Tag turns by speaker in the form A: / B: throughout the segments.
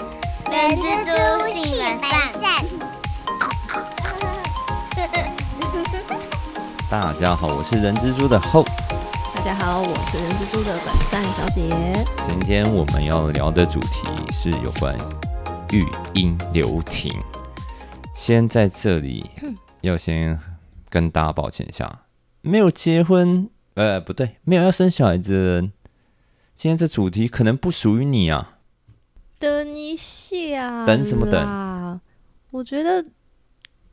A: 人蜘蛛性本善。
B: 大家好，我是人蜘蛛的后。
C: 大家好，我是人蜘蛛的本善小姐。
B: 今天我们要聊的主题是有关育婴留停。先在这里要先跟大家抱歉一下，没有结婚，呃，不对，没有要生小孩子的人，今天这主题可能不属于你啊。
C: 等一下，
B: 等什么
C: 等？我觉得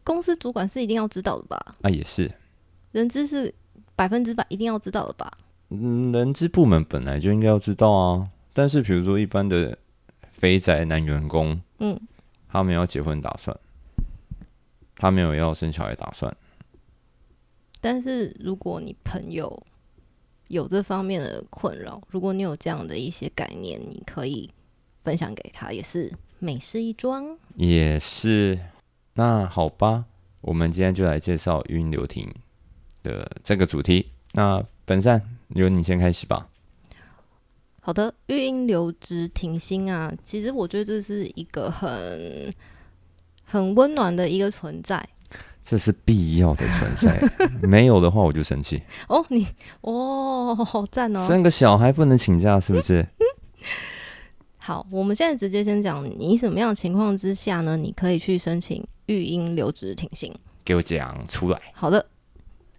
C: 公司主管是一定要知道的吧，
B: 啊，也是，
C: 人资是百分之百一定要知道的吧。
B: 嗯，人资部门本来就应该要知道啊。但是比如说一般的肥宅男员工，
C: 嗯，
B: 他没有结婚打算，他没有要生小孩打算。
C: 但是如果你朋友有这方面的困扰，如果你有这样的一些概念，你可以分享给他，也是美事一桩。
B: 也是，那好吧，我们今天就来介绍晕流亭的这个主题。那本善由你先开始吧。
C: 好的，育婴留职停薪啊，其实我觉得这是一个很很温暖的一个存在。
B: 这是必要的存 在，没有的话我就生气。
C: 哦，你哦，好赞哦！
B: 生个小孩不能请假，是不是？
C: 好，我们现在直接先讲，你什么样的情况之下呢？你可以去申请育婴留职停薪。
B: 给我讲出来。
C: 好的，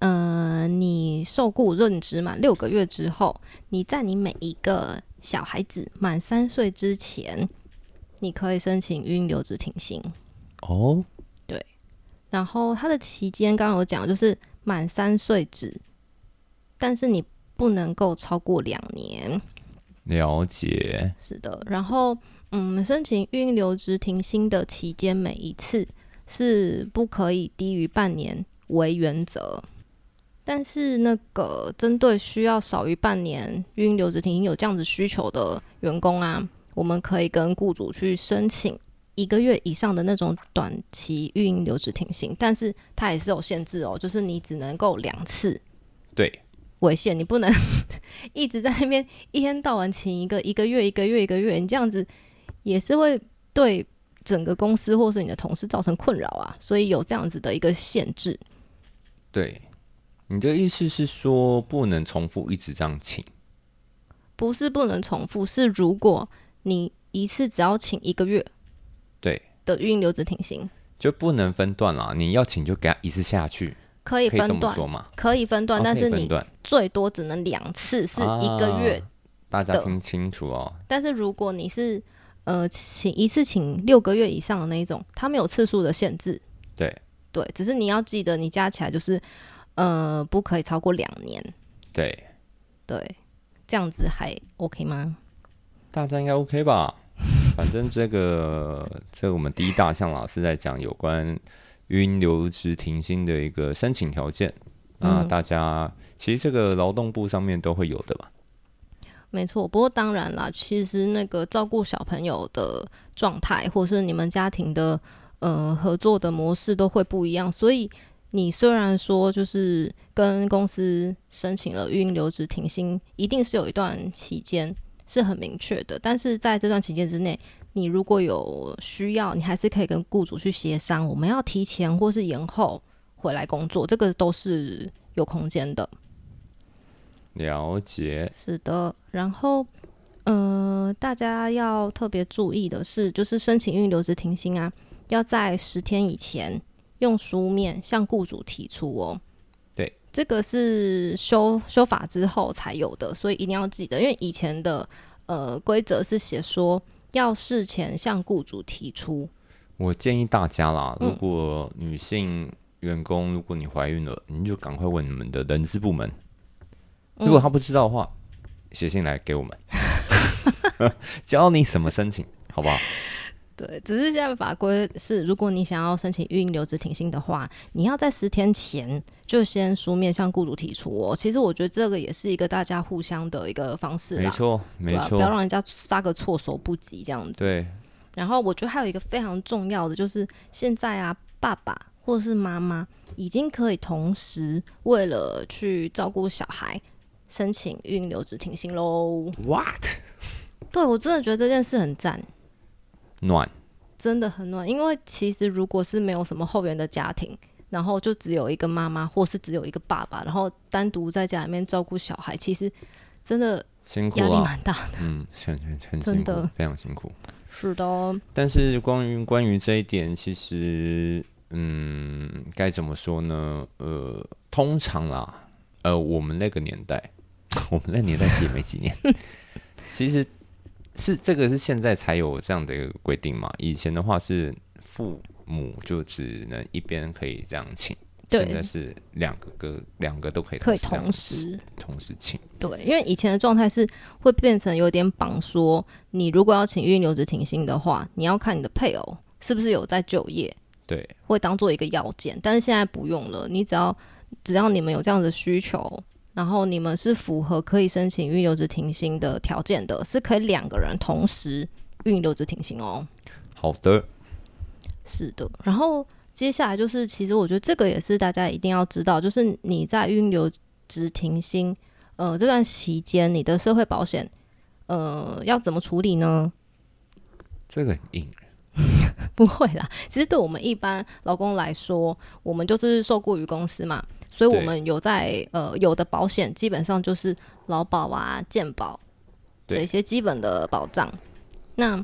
C: 呃，你受雇任职满六个月之后，你在你每一个小孩子满三岁之前，你可以申请育婴留职停薪。
B: 哦，
C: 然后它的期间刚刚有讲，就是满三岁止，但是你不能够超过两年。
B: 了解。
C: 是的，然后嗯，申请运留职停薪的期间，每一次是不可以低于半年为原则。但是那个针对需要少于半年运留职停薪有这样子需求的员工啊，我们可以跟雇主去申请一个月以上的那种短期运留职停薪，但是它也是有限制哦，就是你只能够两次
B: 对，
C: 违宪，你不能一直在那边一天到晚请一个一个月一个月一个月，你这样子也是会对整个公司或是你的同事造成困扰啊。所以有这样子的一个限制，
B: 对，你的意思是说不能重复一直这样请？
C: 不是不能重复，是如果你一次只要请一个月
B: 对，
C: 的运留职停薪，
B: 就不能分段啦。你要请就给他一次下去，
C: 可以
B: 可以这
C: 分
B: 么
C: 段，
B: 说嘛？
C: 可以分段，
B: 哦
C: 但
B: 可以
C: 是
B: 分
C: 你
B: 段
C: 最多只能两次是一个月。
B: 啊大家
C: 的
B: 听清楚哦，
C: 但是如果你是呃请一次请六个月以上的那一种，它没有次数的限制，
B: 对
C: 对，只是你要记得，你加起来就是呃，不可以超过两年，
B: 对，
C: 对，这样子还 OK 吗？
B: 大家应该 OK 吧？ 反正这个这个我们第一大项啦是在讲有关晕留职停薪的一个申请条件，那
C: 嗯
B: 大家其实这个劳动部上面都会有的吧？
C: 没错，不过当然啦，其实那个照顾小朋友的状态，或是你们家庭的呃合作的模式都会不一样，所以你虽然说就是跟公司申请了运留职停薪，一定是有一段期间是很明确的，但是在这段期间之内。你如果有需要，你还是可以跟雇主去协商，我们要提前或是延后回来工作，这个都是有空间的。
B: 了解，
C: 是的，然后，呃，大家要特别注意的是，就是申请预留职停薪啊，要在十天以前用书面向雇主提出哦。
B: 对，
C: 这个是修修法之后才有的，所以一定要记得，因为以前的呃规则是写说要事前向雇主提出。
B: 我建议大家啦，
C: 嗯
B: 如果女性员工，如果你怀孕了，你就赶快问你们的人事部门，
C: 嗯
B: 如果他不知道的话，写信来给我们， 教你怎么申请，好不好？
C: 对，只是现在法规是，如果你想要申请运留职停薪的话，你要在十天前就先书面向雇主提出哦。其实我觉得这个也是一个大家互相的一个方式啦，
B: 没错，
C: 啊对
B: 没
C: 吧、不要
B: 错，
C: 让人家杀个措手不及这样子。
B: 对，
C: 然后我觉得还有一个非常重要的，就是现在啊，爸爸或是妈妈已经可以同时为了去照顾小孩申请运留职停薪喽。
B: What？
C: 对我真的觉得这件事很赞。
B: 暖，
C: 真的很暖。因为其实如果是没有什么后援的家庭，然后就只有一个妈妈，或是只有一个爸爸，然后单独在家里面照顾小孩，其实真的
B: 辛苦
C: 压力
B: 啊，
C: 蛮大的。
B: 嗯，很很很
C: 真
B: 辛苦
C: 的，
B: 非常辛苦。
C: 是的哦，
B: 但是关于关于这一点，其实嗯，该怎么说呢？呃，通常啦，呃，我们那个年代， 我们那个年代其实也没几年， 其实是这个是现在才有这样的一个规定嘛。以前的话是父母就只能一边可以这样请，
C: 对
B: 现在是两个个两个都可以
C: 可以
B: 这样
C: 同时。
B: 同时请。
C: 对，因为以前的状态是会变成有点绑说，你如果要请育留职停薪的话，你要看你的配偶是不是有在就业，
B: 对，
C: 会当做一个要件，但是现在不用了，你只要只要你们有这样的需求，然后你们是符合可以申请预留职停薪的条件的，是可以两个人同时预留职停薪哦。
B: 好的，
C: 是的，然后接下来就是，其实我觉得这个也是大家一定要知道，就是你在预留职停薪呃这段期间，你的社会保险呃要怎么处理呢？
B: 这个很硬，
C: 不会啦，其实对我们一般劳工来说，我们就是受雇于公司嘛，所以我
B: 对
C: 们有在呃有的保险基本上就是劳保啊、健保
B: 对
C: 这些基本的保障。那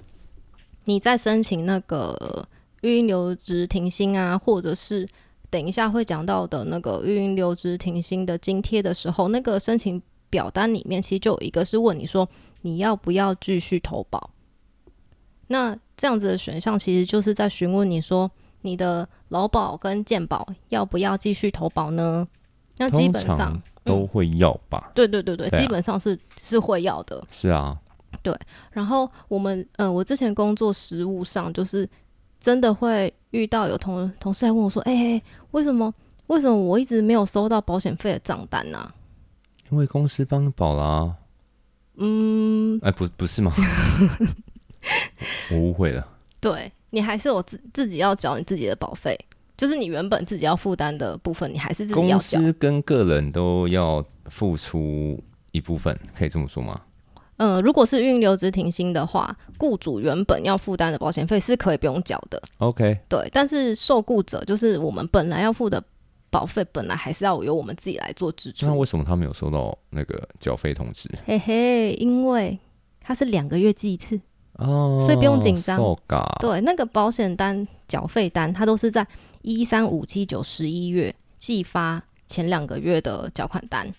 C: 你在申请那个育婴留职停薪啊，或者是等一下会讲到的那个育婴留职停薪的津贴的时候，那个申请表单里面其实就有一个是问你说你要不要继续投保。那这样子的选项其实就是在询问你说你的劳保跟健保要不要继续投保呢？那基
B: 通
C: 本上嗯
B: 常，都会要吧？
C: 对对对对，
B: 对啊
C: 基本上是是会要的。
B: 是啊，
C: 然后我们，呃，我之前工作实务上，就是真的会遇到有同同事来问我说：“哎、哎为什么为什么我一直没有收到保险费的账单啊呢、
B: 因为公司帮你保啦。嗯，哎，不，不是 吗？我误会了。
C: 对你还是我自自己要缴你自己的保费，就是你原本自己要负担的部分，你还是自己要
B: 公
C: 缴。
B: 司跟个人都要付出一部分，可以这么说吗？
C: 呃，如果是运留职停薪的话，雇主原本要负担的保险费是可以不用缴的，
B: OK，
C: 对。但是受雇者就是我们本来要付的保费，本来还是要由我们自己来做支出。
B: 那为什么他没有收到那个缴费通知？
C: 嘿嘿，因为它是两个月寄一次，
B: 哦，
C: 所以不用紧张
B: 受嘎，
C: 对，那个保险单、缴费单，它都是在一三五七九十一月寄发前两个月的缴款单，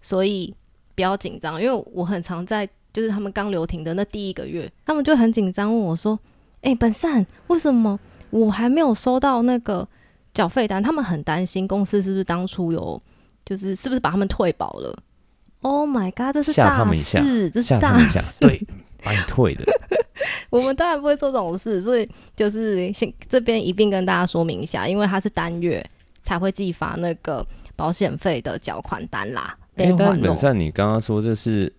C: 所以不要紧张，因为我很常在就是他们刚留停的那第一个月，他们就很紧张问我说：“哎、本善，为什么我还没有收到那个缴费单？”他们很担心公司是不是当初有就是是不是把他们退保了。Oh my god！这是
B: 吓他
C: 大
B: 们一下
C: 事，这是
B: 吓他
C: 大
B: 们一下，对，把你退 的。
C: 我们当然不会做这种事，所以就是先这边一并跟大家说明一下，因为它是单月才会寄发那个保险费的缴款单啦。
B: 哎、
C: 连环
B: 但本
C: 肉
B: 善，你刚刚说这是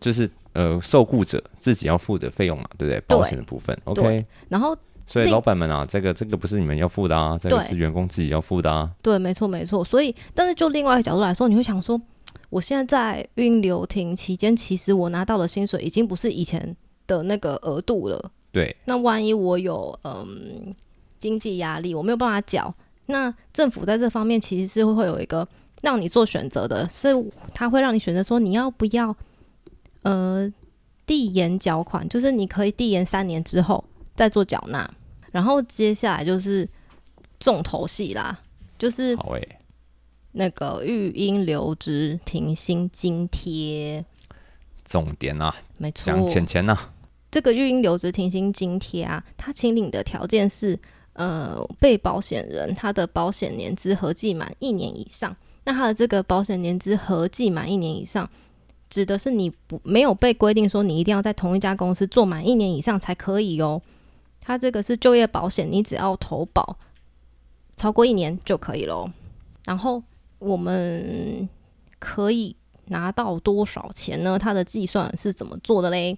B: 就是呃，受雇者自己要付的费用嘛，对不对？保险的部分，OK。
C: 然后
B: 所以
C: 另
B: 老板们啊，这个这个不是你们要付的啊，这个
C: 对
B: 是员工自己要付的啊。
C: 对，没错没错。所以，但是就另外一个角度来说，你会想说，我现在在运留停期间，其实我拿到的薪水已经不是以前的那个额度了。
B: 对，
C: 那万一我有嗯经济压力，我没有办法缴，那政府在这方面其实是会有一个让你做选择的，是它会让你选择说你要不要呃递延缴款，就是你可以递延三年之后再做缴纳，然后接下来就是重头戏啦，就是
B: 好诶、
C: 那个育婴留职停薪津贴，
B: 重点啊，
C: 没错，
B: 讲钱钱呐、啊，
C: 这个育婴留职停薪津贴啊，它请领的条件是，呃，被保险人他的保险年资合计满一年以上。那他的这个保险年资合计满一年以上，指的是你不没有被规定说你一定要在同一家公司做满一年以上才可以哦。它这个是就业保险，你只要投保超过一年就可以喽。然后我们可以拿到多少钱呢？它的计算是怎么做的嘞？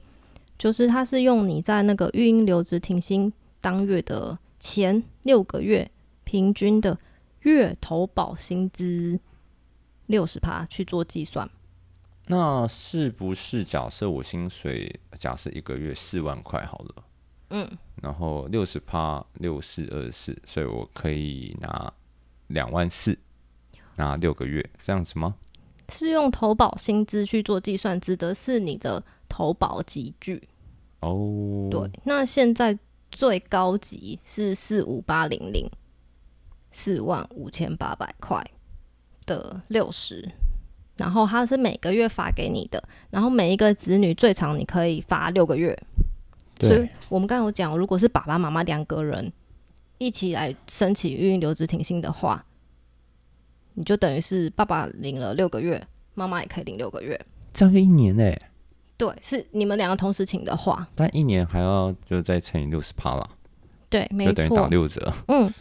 C: 就是它是用你在那个育婴留职停薪当月的前六个月平均的月投保薪资六十趴去做计算。
B: 那是不是假设我薪水假设一个月四万块好了，
C: 嗯，
B: 然后六十趴六四二四，所以我可以拿两万四，拿六个月这样子吗？
C: 是用投保薪资去做计算，指的是你的投保集聚。
B: 哦，
C: 对，那现在最高级是四五八零零，四万五千八百块的六十，然后它是每个月发给你的，然后每一个子女最长你可以发六个月。所以，我们刚才有讲，如果是爸爸妈妈两个人一起来申请育婴留职停薪的话，你就等于是爸爸领了六个月，妈妈也可以领六个月。
B: 这样就一年哎、
C: 对，是你们两个同时请的话，
B: 但一年还要就再乘以六十趴啦，
C: 对，没
B: 就等于打
C: 错，
B: 六折。
C: 嗯。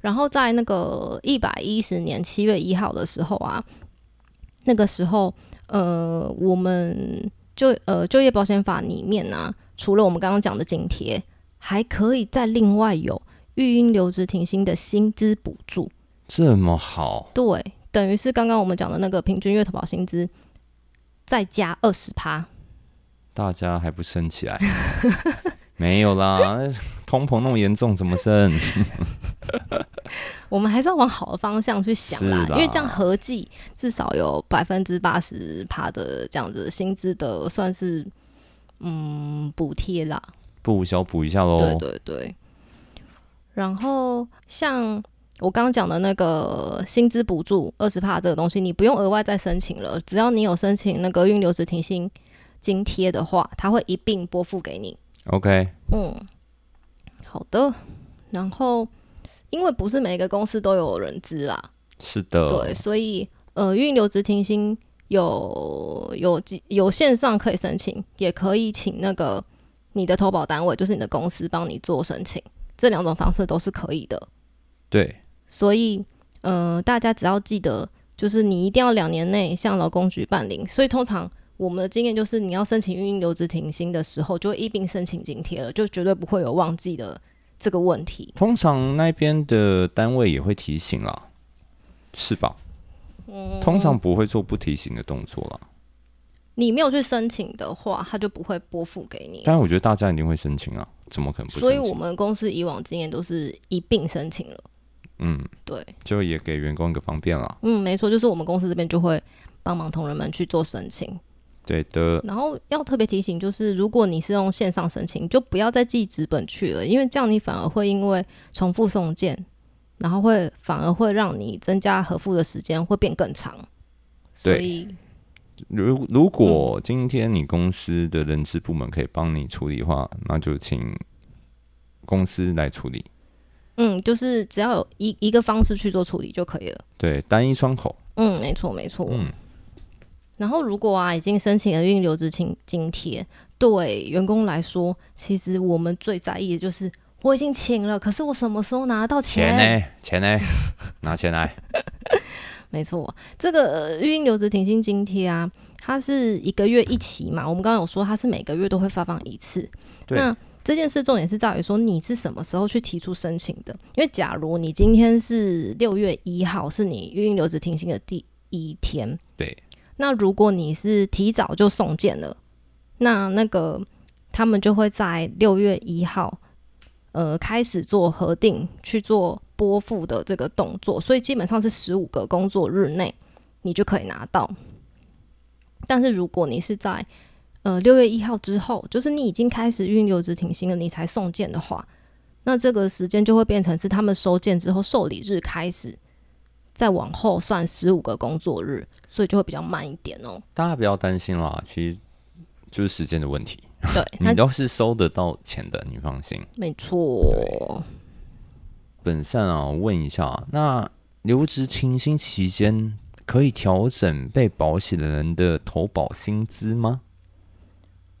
C: 然后在那个一百一十年七月一号的时候啊，那个时候呃，我们就呃就业保险法里面呢、啊除了我们刚刚讲的津贴，还可以再另外有育婴留职停薪的薪资补助。
B: 这么好，
C: 对，等于是刚刚我们讲的那个平均月投保薪资再加二十趴。
B: 大家还不升起来？ 没有啦， 通膨那么严重，怎么升？
C: 我们还是要往好的方向去想啦，
B: 是啦
C: 因为这样合计至少有百分之八十趴的这样子薪资的算是嗯补贴啦。
B: 不消补一下喽。
C: 对对对。然后像我刚刚讲的那个薪资补助二十帕这个东西，你不用额外再申请了，只要你有申请那个运留职停薪津贴的话，它会一并拨付给你。
B: OK，
C: 嗯，好的。然后因为不是每个公司都有人资啦，
B: 是的，
C: 对，所以呃，运留职停薪有有几有线上可以申请，也可以请那个你的投保单位，就是你的公司帮你做申请，这两种方式都是可以的。
B: 对
C: 所以呃，大家只要记得，就是你一定要两年内向劳工局办理。所以通常我们的经验就是，你要申请运营留职停薪的时候，就会一并申请津贴了，就绝对不会有忘记的这个问题。
B: 通常那边的单位也会提醒啦，是吧？
C: 嗯
B: 通常不会做不提醒的动作啦，
C: 你没有去申请的话，他就不会拨付给你。
B: 但我觉得大家一定会申请啊，怎么可能不申请？
C: 所以我们公司以往经验都是一并申请了。
B: 嗯，
C: 对，
B: 就也给员工一个方便啦。
C: 嗯，没错，就是我们公司这边就会帮忙同仁们去做申请。
B: 对的，
C: 然后要特别提醒，就是如果你是用线上申请，你就不要再寄纸本去了，因为这样你反而会因为重复送件，然后会反而会让你增加合复的时间会变更长。所
B: 对
C: 以，
B: 如如果今天你公司的人事部门可以帮你处理的话，那就请公司来处理。
C: 嗯，就是只要有一一个方式去做处理就可以了。
B: 对，单一窗口，
C: 嗯，没错，没错。
B: 嗯，
C: 然后，如果啊已经申请了运留职津津贴，对员工来说，其实我们最在意的就是我已经请了，可是我什么时候拿到钱？
B: 钱呢？钱 呢？拿钱来。
C: 没错，这个育婴留职停薪津贴啊，它是一个月一期嘛，我们刚刚有说它是每个月都会发放一次。
B: 对
C: 那这件事重点是在于说你是什么时候去提出申请的，因为假如你今天是六月一号是你育婴留职停薪的第一天，
B: 对，
C: 那如果你是提早就送件了，那那个他们就会在六月一号。呃，开始做核定去做拨付的这个动作，所以基本上是十五个工作日内你就可以拿到。但是如果你是在呃六月一号之后，就是你已经开始运留职停薪了，你才送件的话，那这个时间就会变成是他们收件之后受理日开始，再往后算十五个工作日，所以就会比较慢一点哦。
B: 大家不要担心啦，其实就是时间的问题。
C: 对，
B: 你
C: 那
B: 要是收得到钱的，你放心。
C: 没错。
B: 本善啊，我问一下，那留职停薪期间可以调整被保险人的投保薪资吗？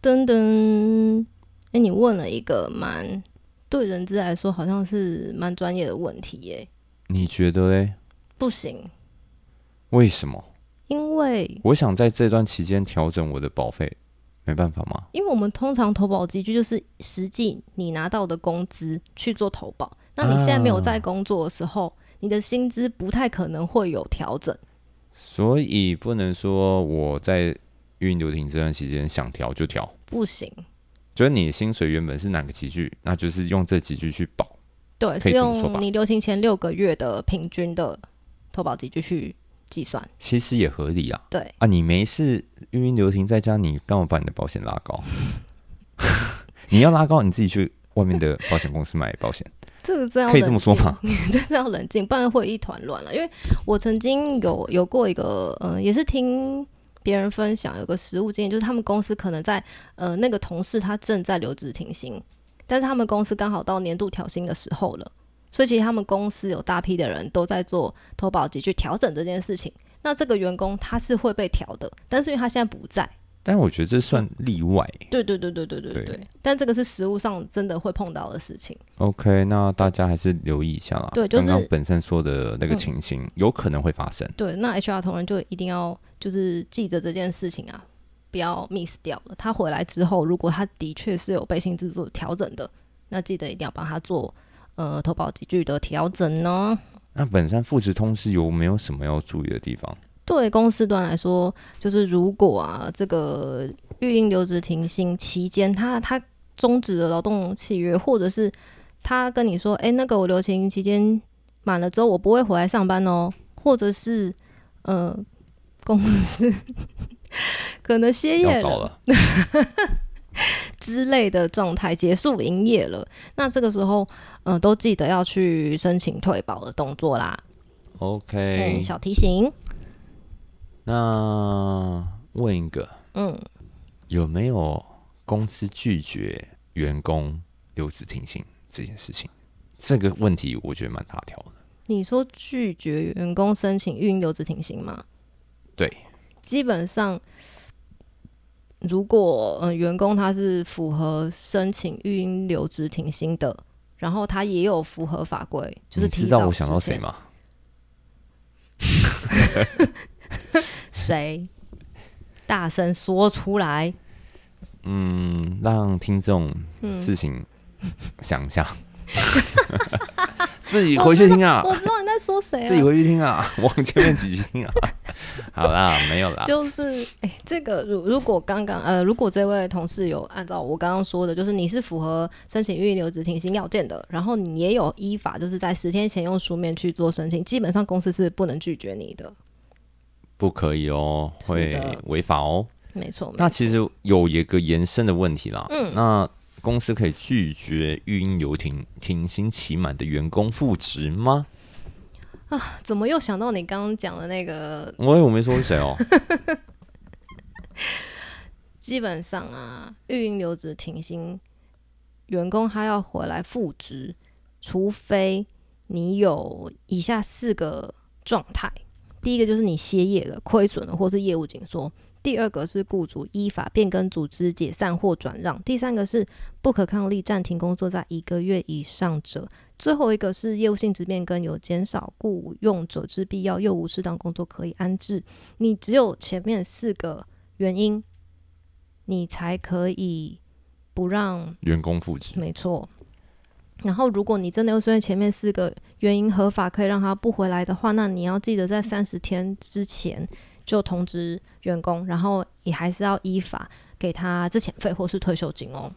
C: 噔噔，哎、你问了一个蛮对人资来说好像是蛮专业的问题耶、
B: 你觉得嘞？
C: 不行，
B: 为什么？
C: 因为
B: 我想在这段期间调整我的保费，没办法吗？
C: 因为我们通常投保集聚就是实际你拿到的工资去做投保，那你现在没有在工作的时候，
B: 啊
C: 你的薪资不太可能会有调整。
B: 所以不能说我在运留停这段期间想调就调，
C: 不行，
B: 就是你的薪水原本是哪个集聚，那就是用这集聚去保。
C: 对，
B: 可
C: 是
B: 以这么说吧
C: 用你留勤前六个月的平均的投保集聚去计算。
B: 其实也合理啊。
C: 对
B: 啊，你没事孕育流停在家，你干嘛把你的保险拉高？ 你要拉高，你自己去外面的保险公司买保险，
C: 这个这样
B: 可以这么说吗？
C: 真的要冷静，不然会一团乱了。因为我曾经有有过一个，呃，也是听别人分享有个实务经验，就是他们公司可能在呃那个同事他正在留职停薪，但是他们公司刚好到年度调薪的时候了，所以其实他们公司有大批的人都在做投保局去调整这件事情。那这个员工他是会被调的，但是因为他现在不在，
B: 但我觉得这算例外。
C: 对对对对对对对，
B: 对
C: 但这个是实务上真的会碰到的事情。
B: OK，那大家还是留意一下啦。
C: 对就是
B: 刚刚本身说的那个
C: 嗯
B: 情形，有可能会发生。
C: 对，那 HR 同仁就一定要就是记着这件事情啊，不要 miss 掉了。他回来之后，如果他的确是有被薪资做调整的，那记得一定要帮他做呃投保集聚的调整哦。
B: 那本身复职通知有没有什么要注意的地方？
C: 对公司端来说，就是如果啊这个育婴留职停薪期间，他他终止了劳动契约，或者是他跟你说，哎，那个我留勤期间满了之后，我不会回来上班哦，或者是呃公司可能歇业
B: 要到了，
C: 之类的状态结束营业了，那这个时候，嗯、都记得要去申请退保的动作啦。
B: OK，
C: 嗯，小提醒，
B: 那问一个，
C: 嗯，
B: 有没有公司拒绝员工留职停薪这件事情？这个问题我觉得蛮大条的。
C: 你说拒绝员工申请运留职停薪吗？
B: 对，
C: 基本上，如果嗯、呃员工他是符合申请育婴留职停薪的，然后他也有符合法规，就是
B: 你
C: 提
B: 知
C: 早
B: 道我想到谁
C: 实现？
B: 吗？
C: 谁？大声说出来！
B: 嗯，让听众
C: 嗯
B: 自行想一下， 自己回去听啊，
C: 我知道你在说谁
B: 自己
C: 了，
B: 回去听啊， 往前面几集听啊。好啦，没有啦，
C: 就是哎、这个如如果刚刚呃，如果这位同事有按照我刚刚说的，就是你是符合申请育婴留职停薪要件的，然后你也有依法就是在十天前用书面去做申请，基本上公司是不能拒绝你的。
B: 不可以哦，
C: 是
B: 会
C: 的
B: 违法哦。
C: 没错，没
B: 那
C: 错
B: 其实有一个延伸的问题啦，
C: 嗯
B: 那公司可以拒绝育婴留停停薪期满的员工复职吗？
C: 怎么又想到你刚刚讲的那个？
B: 我我没说是谁 哦，
C: 基本上啊，育婴留职停薪，员工他要回来复职，除非你有以下四个状态：第一个就是你歇业了、亏损了，或是业务紧缩；第二个是雇主依法变更组织、解散或转让；第三个是不可抗力暂停工作在一个月以上者。最后一个是业务性质变更，有减少雇用者之必要，又无适当工作可以安置。你只有前面四个原因，你才可以不让
B: 员工复职，
C: 没错。然后，如果你真的又是因为前面四个原因合法可以让他不回来的话，那你要记
B: 嗯
C: 得在三十天之前就通知员工，然后你还是要依法给他之前费或是退休金哦，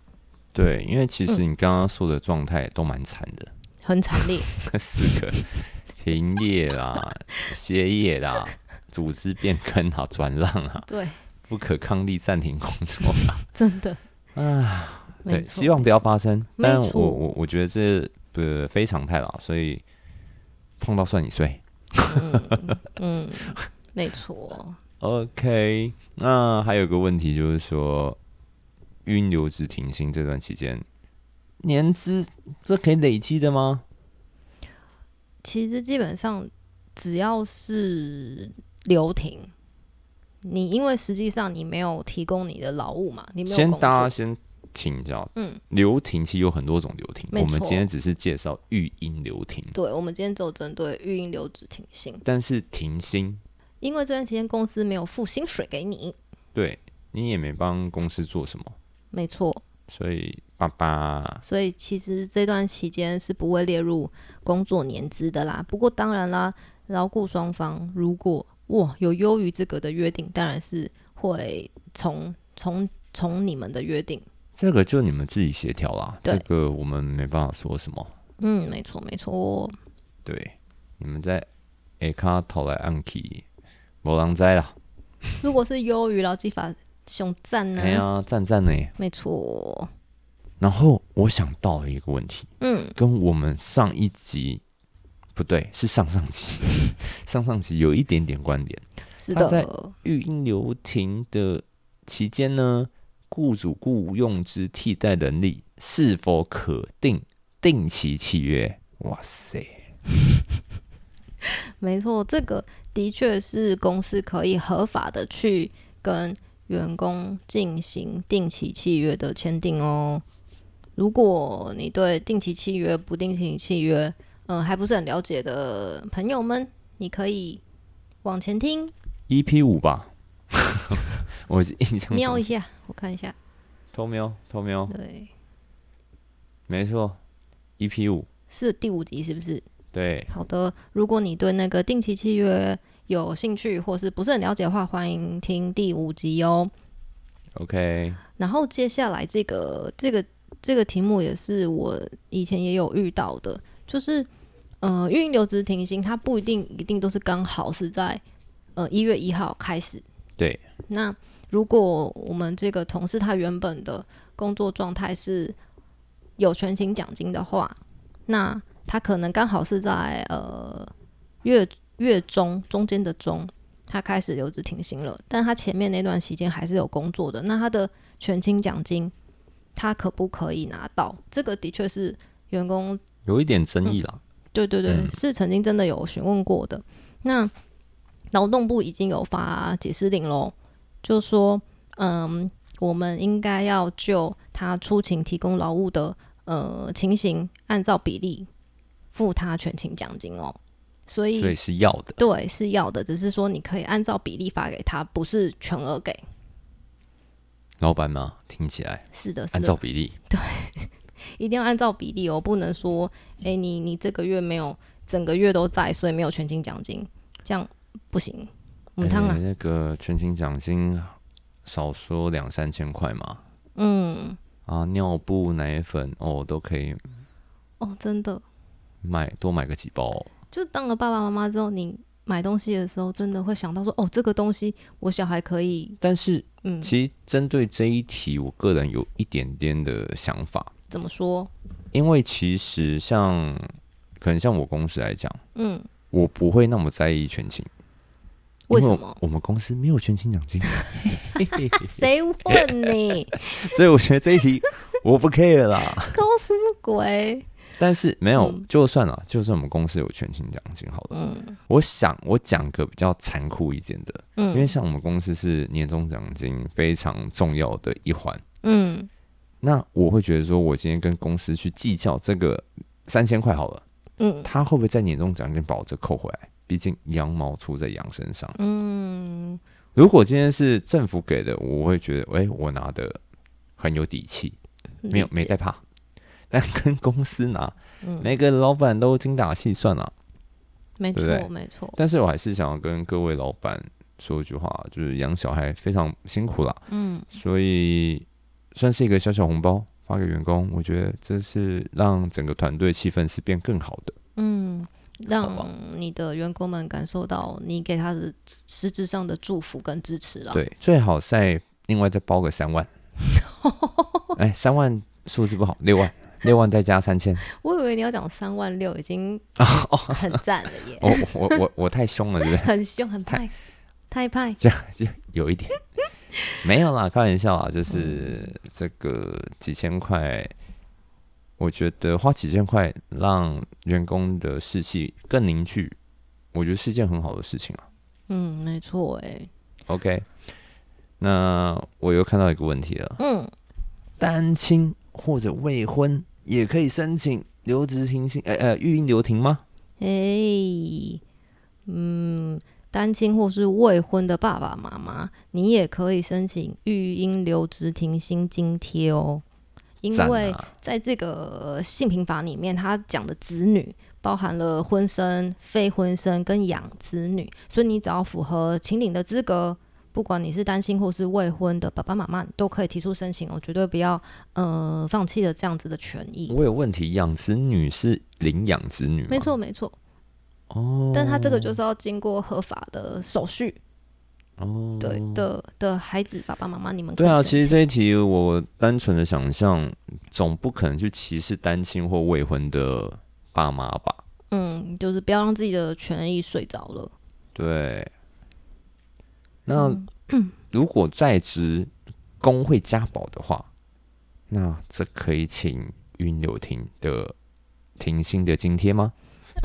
B: 对，因为其实你刚刚说的状态都蛮惨的，
C: 很惨烈。
B: 四个停业啦、歇业啦、组织变更啊、转让啊、
C: 对，
B: 不可抗力暂停工作 啦，
C: 真的。
B: 啊，
C: 没
B: 对，
C: 错
B: 希望不要发生。
C: 没
B: 但我
C: 错
B: 我我觉得这呃非常态啦，所以碰到算你衰。
C: 嗯，没错。
B: OK，那还有个问题就是说，晕留职停薪这段期间，年资这可以累积的吗？
C: 其实基本上只要是留停，你因为实际上你没有提供你的劳务嘛，你没有
B: 先
C: 工作
B: 大家先请教，
C: 嗯，
B: 留停其实有很多种留停，
C: 没
B: 我
C: 错
B: 们今天只是介绍育婴留停，
C: 对，我们今天只有针对育婴留职停薪，
B: 但是停薪
C: 因为这段期间公司没有付薪水给你，
B: 对你也没帮公司做什么，
C: 没错，
B: 所以爸爸
C: 所以其实这段期间是不会列入工作年资的啦。不过当然啦，劳雇双方如果哇有优于资格的约定，当然是会从从从你们的约定
B: 这个就你们自己协调啦，
C: 对
B: 这个我们没办法说什么。
C: 嗯，没错没错，
B: 对，你们在 A 卡讨来暗 key，没人灾啦。
C: 如果是优于劳基法，熊赞呢、
B: 哎呀，赞赞呢。
C: 没错，
B: 然后我想到了一个问题，
C: 嗯，
B: 跟我们上一集不对，是上上集， 上上集有一点点关联。
C: 是
B: 他在
C: 的，
B: 育婴留停的期间呢，雇主雇用之替代能力是否可定定期契约？哇塞，
C: 没错，这个的确是公司可以合法的去跟员工进行定期契约的签订哦。如果你对定期契约、不定期契约，呃，还不是很了解的朋友们，你可以往前
B: 嗯
C: 听，
B: EP ，E 五吧， 我印象
C: 瞄一
B: 中
C: 下，我看一下，
B: 偷瞄偷瞄，
C: 对，
B: 没错，EP 五
C: 是第五集是不是？
B: 对，
C: 好的，如果你对那个定期契约有兴趣或是不是很了解的话，欢迎听第五集哦。
B: OK，
C: 然后接下来这个这个这个题目也是我以前也有遇到的，就是呃，运营留职停薪，它不一定一定都是刚好是在呃一月一号开始。
B: 对，
C: 那如果我们这个同事他原本的工作状态是有全勤奖金的话，那他可能刚好是在呃月月中中间的中，他开始留职停薪了，但他前面那段期间还是有工作的，那他的全勤奖金他可不可以拿到？这个的确是员工
B: 有一点争议啦，
C: 对对对，
B: 嗯
C: 是曾经真的有询问过的。那劳动部已经有发解释令喽，就说，嗯，我们应该要就他出勤提供劳务的呃情形，按照比例付他全勤奖金哦。所以，
B: 所以是要的。
C: 对是要的，只是说你可以按照比例发给他，不是全额给。
B: 老板嘛，听起来
C: 是的，是
B: 按
C: 的
B: 照，比例，
C: 一定要按照比例哦，不能说，诶，你你这个月没有，整个月都在，所以没有全勤奖金，这样不行。母汤啊
B: 哎，那个全勤奖金少说两三千块嘛，
C: 嗯，
B: 啊，尿布、奶粉哦都可以
C: 哦，真的，
B: 买，多买个几包哦、
C: 就当了爸爸妈妈之后，你买东西的时候，真的会想到说，哦，这个东西我小孩可以，
B: 但是
C: 嗯，
B: 其实针对这一题，我个人有一点点的想法，
C: 怎么说？
B: 因为其实像可能像我公司来讲，
C: 嗯，
B: 我不会那么在意全勤，因
C: 为什
B: 我
C: 么？
B: 我们公司没有全勤奖金，
C: 谁问你
B: 所以我觉得这一题我不 care 啦。
C: 搞什么鬼？
B: 但是没有
C: 嗯，
B: 就算了，就算我们公司有全勤奖金，好了，
C: 嗯
B: 我想我讲个比较残酷一点的，因为
C: 嗯
B: 像我们公司是年终奖金非常重要的一环，
C: 嗯，
B: 那我会觉得说，我今天跟公司去计较这个三千块好了，
C: 嗯
B: 他会不会在年终奖金把我这扣回来？毕竟羊毛出在羊身上。
C: 嗯，
B: 如果今天是政府给的，我会觉得，哎、我拿的很有底气，没有
C: 理
B: 没
C: 解
B: 在怕。但跟公司拿，
C: 嗯
B: 每个老板都精打细算啊。
C: 没
B: 对不对
C: 错没错，
B: 但是我还是想要跟各位老板说一句话，就是养小孩非常辛苦啦，
C: 嗯
B: 所以算是一个小小红包发给员工，我觉得这是让整个团队气氛是变更好的。
C: 嗯，
B: 好吧
C: 让你的员工们感受到你给他的实质上的祝福跟支持啊了。
B: 对，最好再另外再包个三万，哎，三万数字不好，六万，六万再加三千。
C: 我以为你要讲三万六，已经很赞了 耶，
B: 哦，我我我我太凶了，对不对？
C: 很凶很派，太派。
B: 这样就有一点， 没有啦，开玩笑啦，就是这个几千块，我觉得花几千块让员工的士气更凝聚，我觉得是件很好的事情啊。
C: 嗯，没错哎，
B: OK，那我又看到一个问题了，
C: 嗯，
B: 单亲或者未婚也可以申请留职停薪，呃呃，育婴留停吗？
C: 哎、嗯，单亲或是未婚的爸爸妈妈，你也可以申请育婴留职停薪津贴哦，因
B: 赞
C: 为
B: 啊、
C: 在这个呃性平法里面，它讲的子女包含了婚生、非婚生跟养子女，所以你只要符合请领的资格，不管你是单亲或是未婚的爸爸妈妈，你都可以提出申请哦，绝对不要呃放弃了这样子的权益。
B: 我有问题，养子女是领养子女吗？
C: 没错，没错，
B: 哦，
C: 但他这个就是要经过合法的手续，
B: 哦，
C: 对的的孩子爸爸妈妈，你们可以
B: 对啊，
C: 申
B: 其实
C: 请
B: 这一题我单纯的想象，总不可能去歧视单亲或未婚的爸妈吧？
C: 嗯，就是不要让自己的权益睡着了。
B: 对。那、
C: 嗯
B: 如果在职工会家保的话，那这可以请云柳亭的停薪的津贴吗？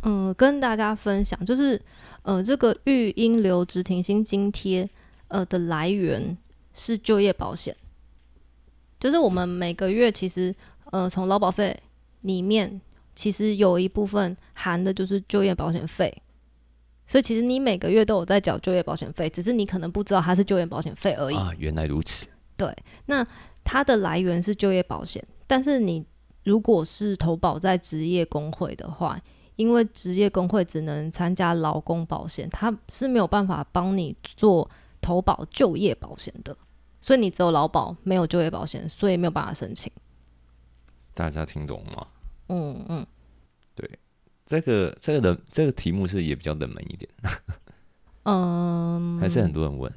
C: 嗯、跟大家分享，就是呃，这个育婴留职停薪津贴呃的来源是就业保险，就是我们每个月其实呃从劳保费里面其实有一部分含的就是就业保险费，所以其实你每个月都有在缴就业保险费，只是你可能不知道它是就业保险费而已。
B: 啊，原来如此。
C: 它的来源是就业保险，但是你如果是投保在职业工会的话，因为职业工会只能参加劳工保险，它是没有办法帮你做投保就业保险的，所以你只有劳保没有就业保险，所以没有办法申请。
B: 大家听懂吗？
C: 嗯嗯，
B: 这个这个的这个题目是也比较冷门一点，
C: 嗯，
B: 还是很多人问。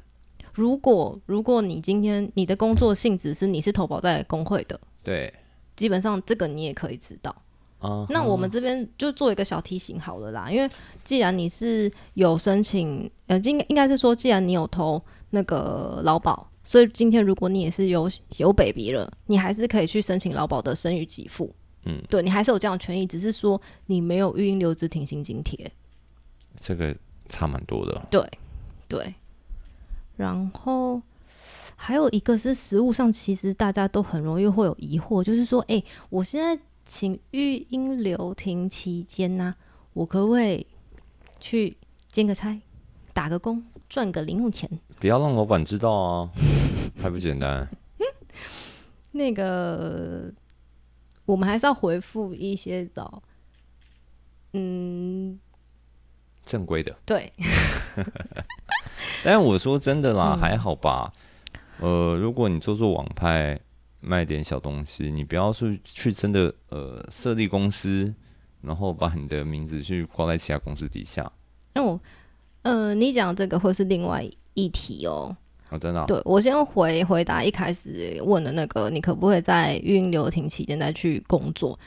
C: 如果如果你今天你的工作性质是你是投保在工会的，
B: 对
C: 基本上这个你也可以知道。
B: 啊，
C: 那我们这边就做一个小提醒好了啦，因为既然你是有申请，呃，应该应该是说，既然你有投那个劳保，所以今天如果你也是有有 baby 了，你还是可以去申请劳保的生育给付。
B: 嗯，
C: 对你还是有这样的权益，只是说你没有育婴留职停薪津贴。
B: 这个差蛮多的。
C: 对，然后还有一个是实物上，其实大家都很容易会有疑惑，就是说，哎、我现在请育婴留停期间呢、我可不可以去兼个差，打个工，赚个零用钱？
B: 不要让老板知道 啊，还不简单？
C: 那个，我们还是要回复一些的，嗯，
B: 正规的。
C: 对，
B: 但我说真的
C: 嗯
B: 啦，还好吧。呃，如果你做做网拍，卖点小东西，你不要去去真的呃设立公司，然后把你的名字去挂在其他公司底下。
C: 那我，呃，你讲这个会是另外一题哦。
B: 啊，真的啊、
C: 对，我先回回答一开始问的那个，你可不可以在育婴留停期间再去工作？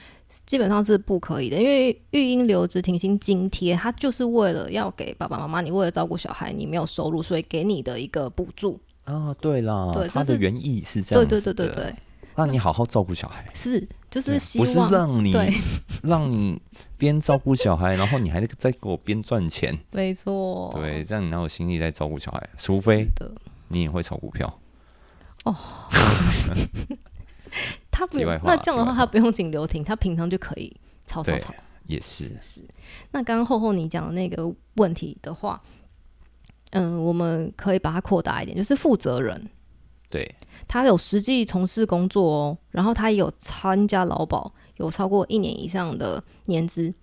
C: 基本上是不可以的，因为育婴留职停薪津贴，它就是为了要给爸爸妈妈，你为了照顾小孩，你没有收入，所以给你的一个补助。
B: 啊，对啦，
C: 对
B: 他
C: 这
B: 的
C: 是
B: 原意是这
C: 对
B: 样
C: 对
B: 子
C: 对
B: 的，
C: 对对，
B: 让你好好照顾小孩，
C: 是，就是
B: 对啊
C: 希
B: 不是
C: 望
B: 让你
C: 对
B: 让你边照顾小孩，然后你还在给我边赚钱，
C: 没错，
B: 对，这样你哪有心力在照顾小孩？除非
C: 的。
B: 你也会炒股票。
C: 他不
B: 题
C: 用
B: 外，话
C: 那这样的
B: 题
C: 话，
B: 外
C: 他不用请留停，他平常就可以吵吵
B: 对
C: 吵。
B: 也
C: 是
B: 是
C: 不是？那刚刚厚厚你讲的那个问题的话，嗯、我们可以把它扩大一点，就是负责人
B: 对，
C: 他有实际从事工作哦，然后他也有参加劳保，有超过一年以上的年资，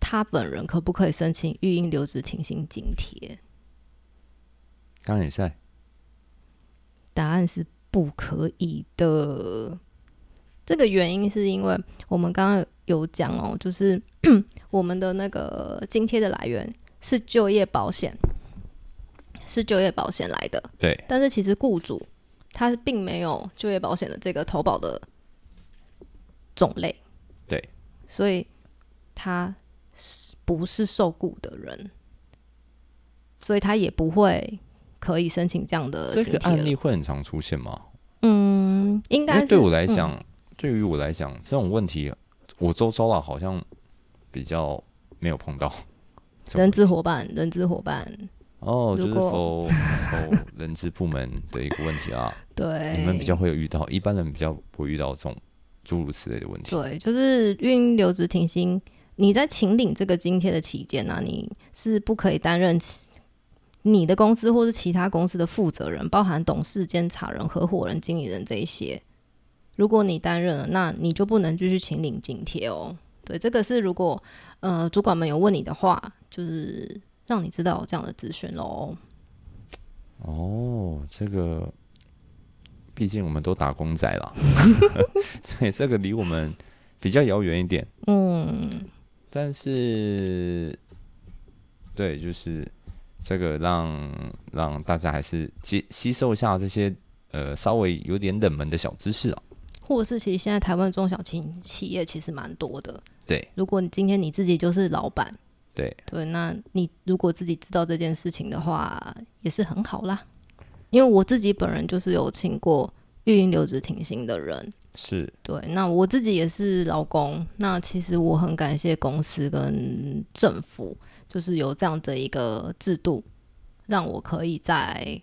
C: 他本人可不可以申请育婴留职停薪津贴？
B: 当然也是。
C: 答案是不可以的。这个原因是因为我们刚刚有讲哦，就是 我们的那个津贴的来源是就业保险，是就业保险来的。
B: 对，
C: 但是其实雇主他并没有就业保险的这个投保的种类，
B: 对，
C: 所以他是不是受雇的人，所以他也不会可以申请这样的
B: 这
C: 津
B: 个
C: 贴
B: 案
C: 了
B: 例。会很常出现吗？
C: 嗯，应
B: 因
C: 该
B: 为
C: 是
B: 对我来
C: 嗯
B: 讲，对于我来讲，这种问题我周遭啊好像比较没有 碰到。这种
C: 嗯人资伙伴，人资伙伴，
B: 哦，就是
C: 如果
B: 否否人资部门的一个问题 啊，
C: 对，
B: 你们比较会有遇到，一般人比较不会遇到这种诸如此类的问题。
C: 对，就是运留职停薪，你在请领这个津贴的期间呢、你是不可以担任其你的公司或是其他公司的负责人，包含董事、监察人、合伙人、经理人这一些。如果你担任了，那你就不能继续请领津贴哦。对，这个是如果呃主管们有问你的话，就是让你知道有这样的资讯喽。
B: 哦，这个，毕竟我们都打工仔 啦，所以这个离我们比较遥远一点。
C: 嗯，
B: 但是，对，就是这个让让大家还是接吸收一下这些呃稍微有点冷门的小知识啊。
C: 或者是其实现在台湾中小企企业其实蛮多的。
B: 对，
C: 如果你今天你自己就是老板，
B: 对
C: 对，那你如果自己知道这件事情的话，也是很好啦。因为我自己本人就是有请过育婴留职停薪的人，
B: 是
C: 对，那我自己也是劳工，那其实我很感谢公司跟政府，就是有这样的一个制度，让我可以在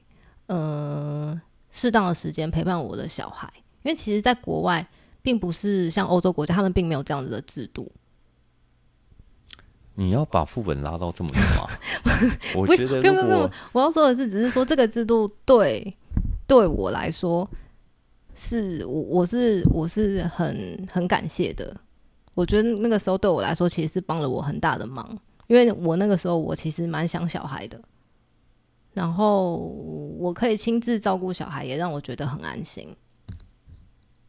C: 呃适当的时间陪伴我的小孩。因为其实，在国外并不是像欧洲国家，他们并没有这样子的制度。
B: 你要把副本拉到这么远吗？ 我
C: 不
B: 觉得
C: 不
B: 如
C: 不不
B: 果
C: 我要说的是，只是说这个制度对对我来说，是我我是我是很很感谢的。我觉得那个时候对我来说，其实是帮了我很大的忙，因为我那个时候我其实蛮想小孩的，然后我可以亲自照顾小孩，也让我觉得很安心。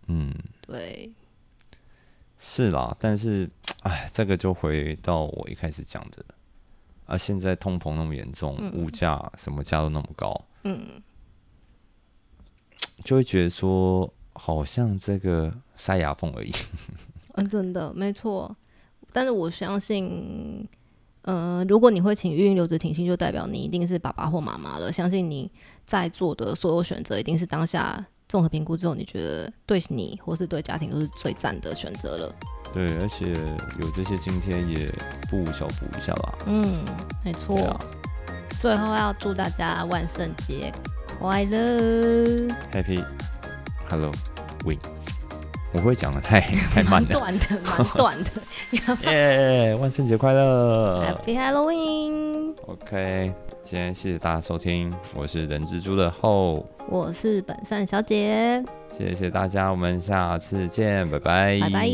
B: 嗯。
C: 对，
B: 是啦，但是，哎，这个就回到我一开始讲的，啊，现在通膨那么严重，物价什么价都那么高，嗯，就会觉得说，好像这个塞牙缝而已。
C: 嗯，真的没错。但是我相信，呃，如果你会请育婴留职停薪，就代表你一定是爸爸或妈妈了。相信你在做的所有选择，一定是当下综合评估之后，你觉得对你或是对家庭都是最赞的选择了。
B: 对，而且有这些津贴也不无小补一下吧。
C: 嗯，没错。
B: 对啊
C: 最后要祝大家万圣节快 乐！
B: Happy Hello Win，我会讲的 太太慢
C: 蛮
B: 了。
C: 短的，蛮 短的。
B: 耶万圣节快乐
C: Happy Halloween！
B: ！OK，今天谢谢大家收听，我是人蜘蛛的后。
C: 我是本善小姐，
B: 谢谢大家，我们下次见，拜拜，
C: 拜拜。